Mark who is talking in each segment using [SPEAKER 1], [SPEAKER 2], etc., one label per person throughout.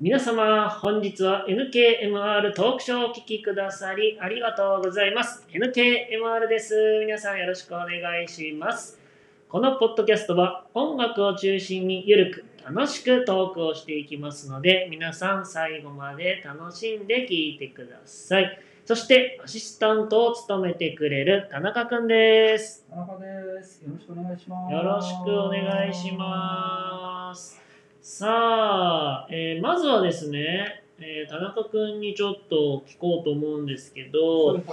[SPEAKER 1] 皆様、本日は NKMR トークショーをお聞きくださりありがとうございます。NKMR です。皆さんよろしくお願いします。このポッドキャストは音楽を中心にゆるく楽しくトークをしていきますので、皆さん最後まで楽しんで聞いてください。そしてアシスタントを務めてくれる田中くんです。
[SPEAKER 2] 田中です。よろしくお願いします。
[SPEAKER 1] よろしくお願いします。さあ、えーまずはですね、えー田中くんにちょっと聞こうと思うんですけ
[SPEAKER 2] はい
[SPEAKER 1] ど、
[SPEAKER 2] はいはい。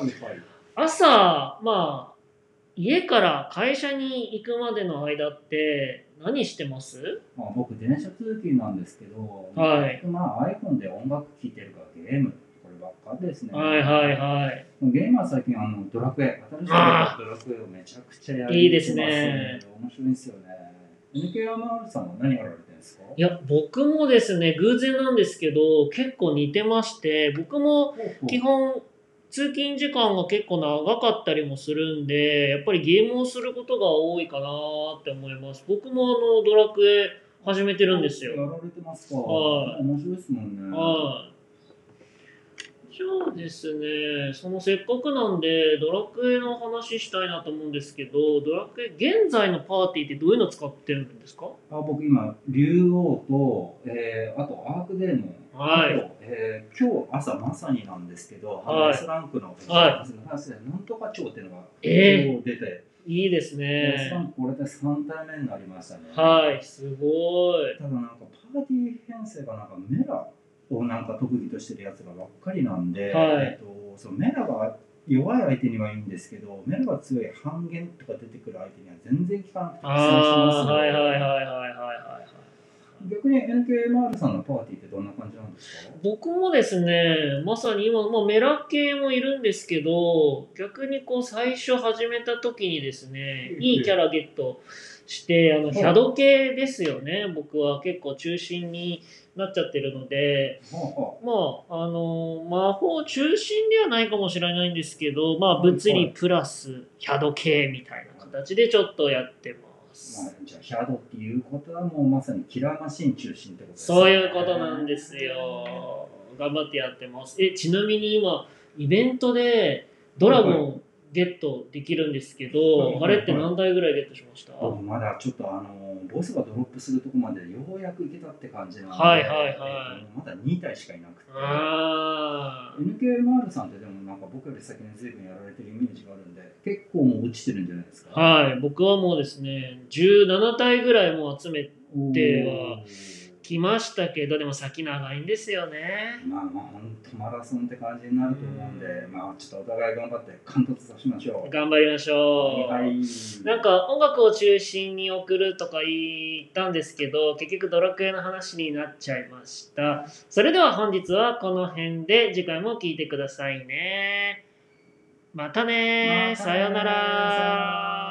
[SPEAKER 1] 朝、まあ、家から会社に行くまでの間って何してます
[SPEAKER 2] まあ僕電車通勤なんですけど、
[SPEAKER 1] はい
[SPEAKER 2] まあ iPhone で音楽聴いてるからゲームこればっかりですね。
[SPEAKER 1] はいはいはい。
[SPEAKER 2] ゲームは最近あのドラクエ新しいドラクエをめちゃくちゃやり
[SPEAKER 1] いいですね。
[SPEAKER 2] 面白いんですよね。NKMR さんは何やられてるんですか？
[SPEAKER 1] いや、僕もですね、偶然なんですけど、結構似てまして、僕も基本通勤時間が結構長かったりもするんでやっぱりゲームをすることが多いかなって思います僕もあのドラクエ始めてるんです
[SPEAKER 2] や
[SPEAKER 1] よ
[SPEAKER 2] られてますか？
[SPEAKER 1] はい
[SPEAKER 2] 面白いですもんね。
[SPEAKER 1] はいそうですねそのせっかくなんでドラクエの話したいなと思うんですけどドラクエ現在のパーティーってどういうの使ってるんですか
[SPEAKER 2] あ僕今竜王と、えーあとアークデーモン
[SPEAKER 1] はい
[SPEAKER 2] あと、えー今日朝まさになんですけど、
[SPEAKER 1] はい
[SPEAKER 2] ハイエストランクの、
[SPEAKER 1] はい
[SPEAKER 2] ハイエストランクでなんとか町っていうのが、
[SPEAKER 1] ええ
[SPEAKER 2] 今日出て、
[SPEAKER 1] いいです
[SPEAKER 2] ハイエストラン
[SPEAKER 1] ね
[SPEAKER 2] クこれで3体目になりましたね。
[SPEAKER 1] はいすごい
[SPEAKER 2] ただなんかパーティー編成がなんかメラをなんか特技としてるやつらばっかりなんで、
[SPEAKER 1] はい
[SPEAKER 2] えっと、そのメラが弱い相手にはいいんですけど、メラが強い半減とか出てくる相手には全然効かなくて苦戦
[SPEAKER 1] あ
[SPEAKER 2] します
[SPEAKER 1] あ
[SPEAKER 2] ね
[SPEAKER 1] はいはいはいはいはいはいはい
[SPEAKER 2] 逆に NKMR さんのパーティーってどんな感じなんですか
[SPEAKER 1] 僕もですねまさに今、まあ、メラ系もいるんですけど逆にこう最初始めた時にですね
[SPEAKER 2] うん
[SPEAKER 1] いいキャラゲットしてあの
[SPEAKER 2] い
[SPEAKER 1] ヒャド系ですよね僕は結構中心になっちゃってるので
[SPEAKER 2] は
[SPEAKER 1] まああの魔法中心ではないかもしれないんですけどまあ物
[SPEAKER 2] はいは
[SPEAKER 1] 理
[SPEAKER 2] い
[SPEAKER 1] プラスヒャド系みたいな形でちょっとやってま
[SPEAKER 2] あ、ますあ、じゃあヒャドっていうことはもうまさにキラーマシン中心ってことですね
[SPEAKER 1] そういうことなんですよ。頑張ってやってます。え、ちなみに今、イベントでドラゴンゲットできるんですけ
[SPEAKER 2] はいは
[SPEAKER 1] ど、
[SPEAKER 2] い
[SPEAKER 1] あれって何台ぐらいゲットしました
[SPEAKER 2] あまだちょっとあのボスがドロップするとこまでようやくいけたって感じなんで、
[SPEAKER 1] はいはいはい
[SPEAKER 2] えっとまだ2体しかいなくて
[SPEAKER 1] あ
[SPEAKER 2] NKMR さんってでもなんか僕より先に随分やられてるイメージがあるんで結構もう落ちてるんじゃないです
[SPEAKER 1] あ。
[SPEAKER 2] か
[SPEAKER 1] はい、僕はもうですね、17体ぐらいもう集め
[SPEAKER 2] い
[SPEAKER 1] ではきましたけど、でも先長いんですよね。
[SPEAKER 2] まあまあ本当マラソンって感じになると思うんで、
[SPEAKER 1] うん
[SPEAKER 2] まあちょっとお互い頑張って完突さしましょう
[SPEAKER 1] 頑張りましょう。
[SPEAKER 2] はい
[SPEAKER 1] なんか音楽を中心に送るとか言ったんですけど結局ドラクエの話になっちゃいましたそれでは本日はこの辺で次回も聞いてくださいねまたね
[SPEAKER 2] またね
[SPEAKER 1] さようなら
[SPEAKER 2] さようなら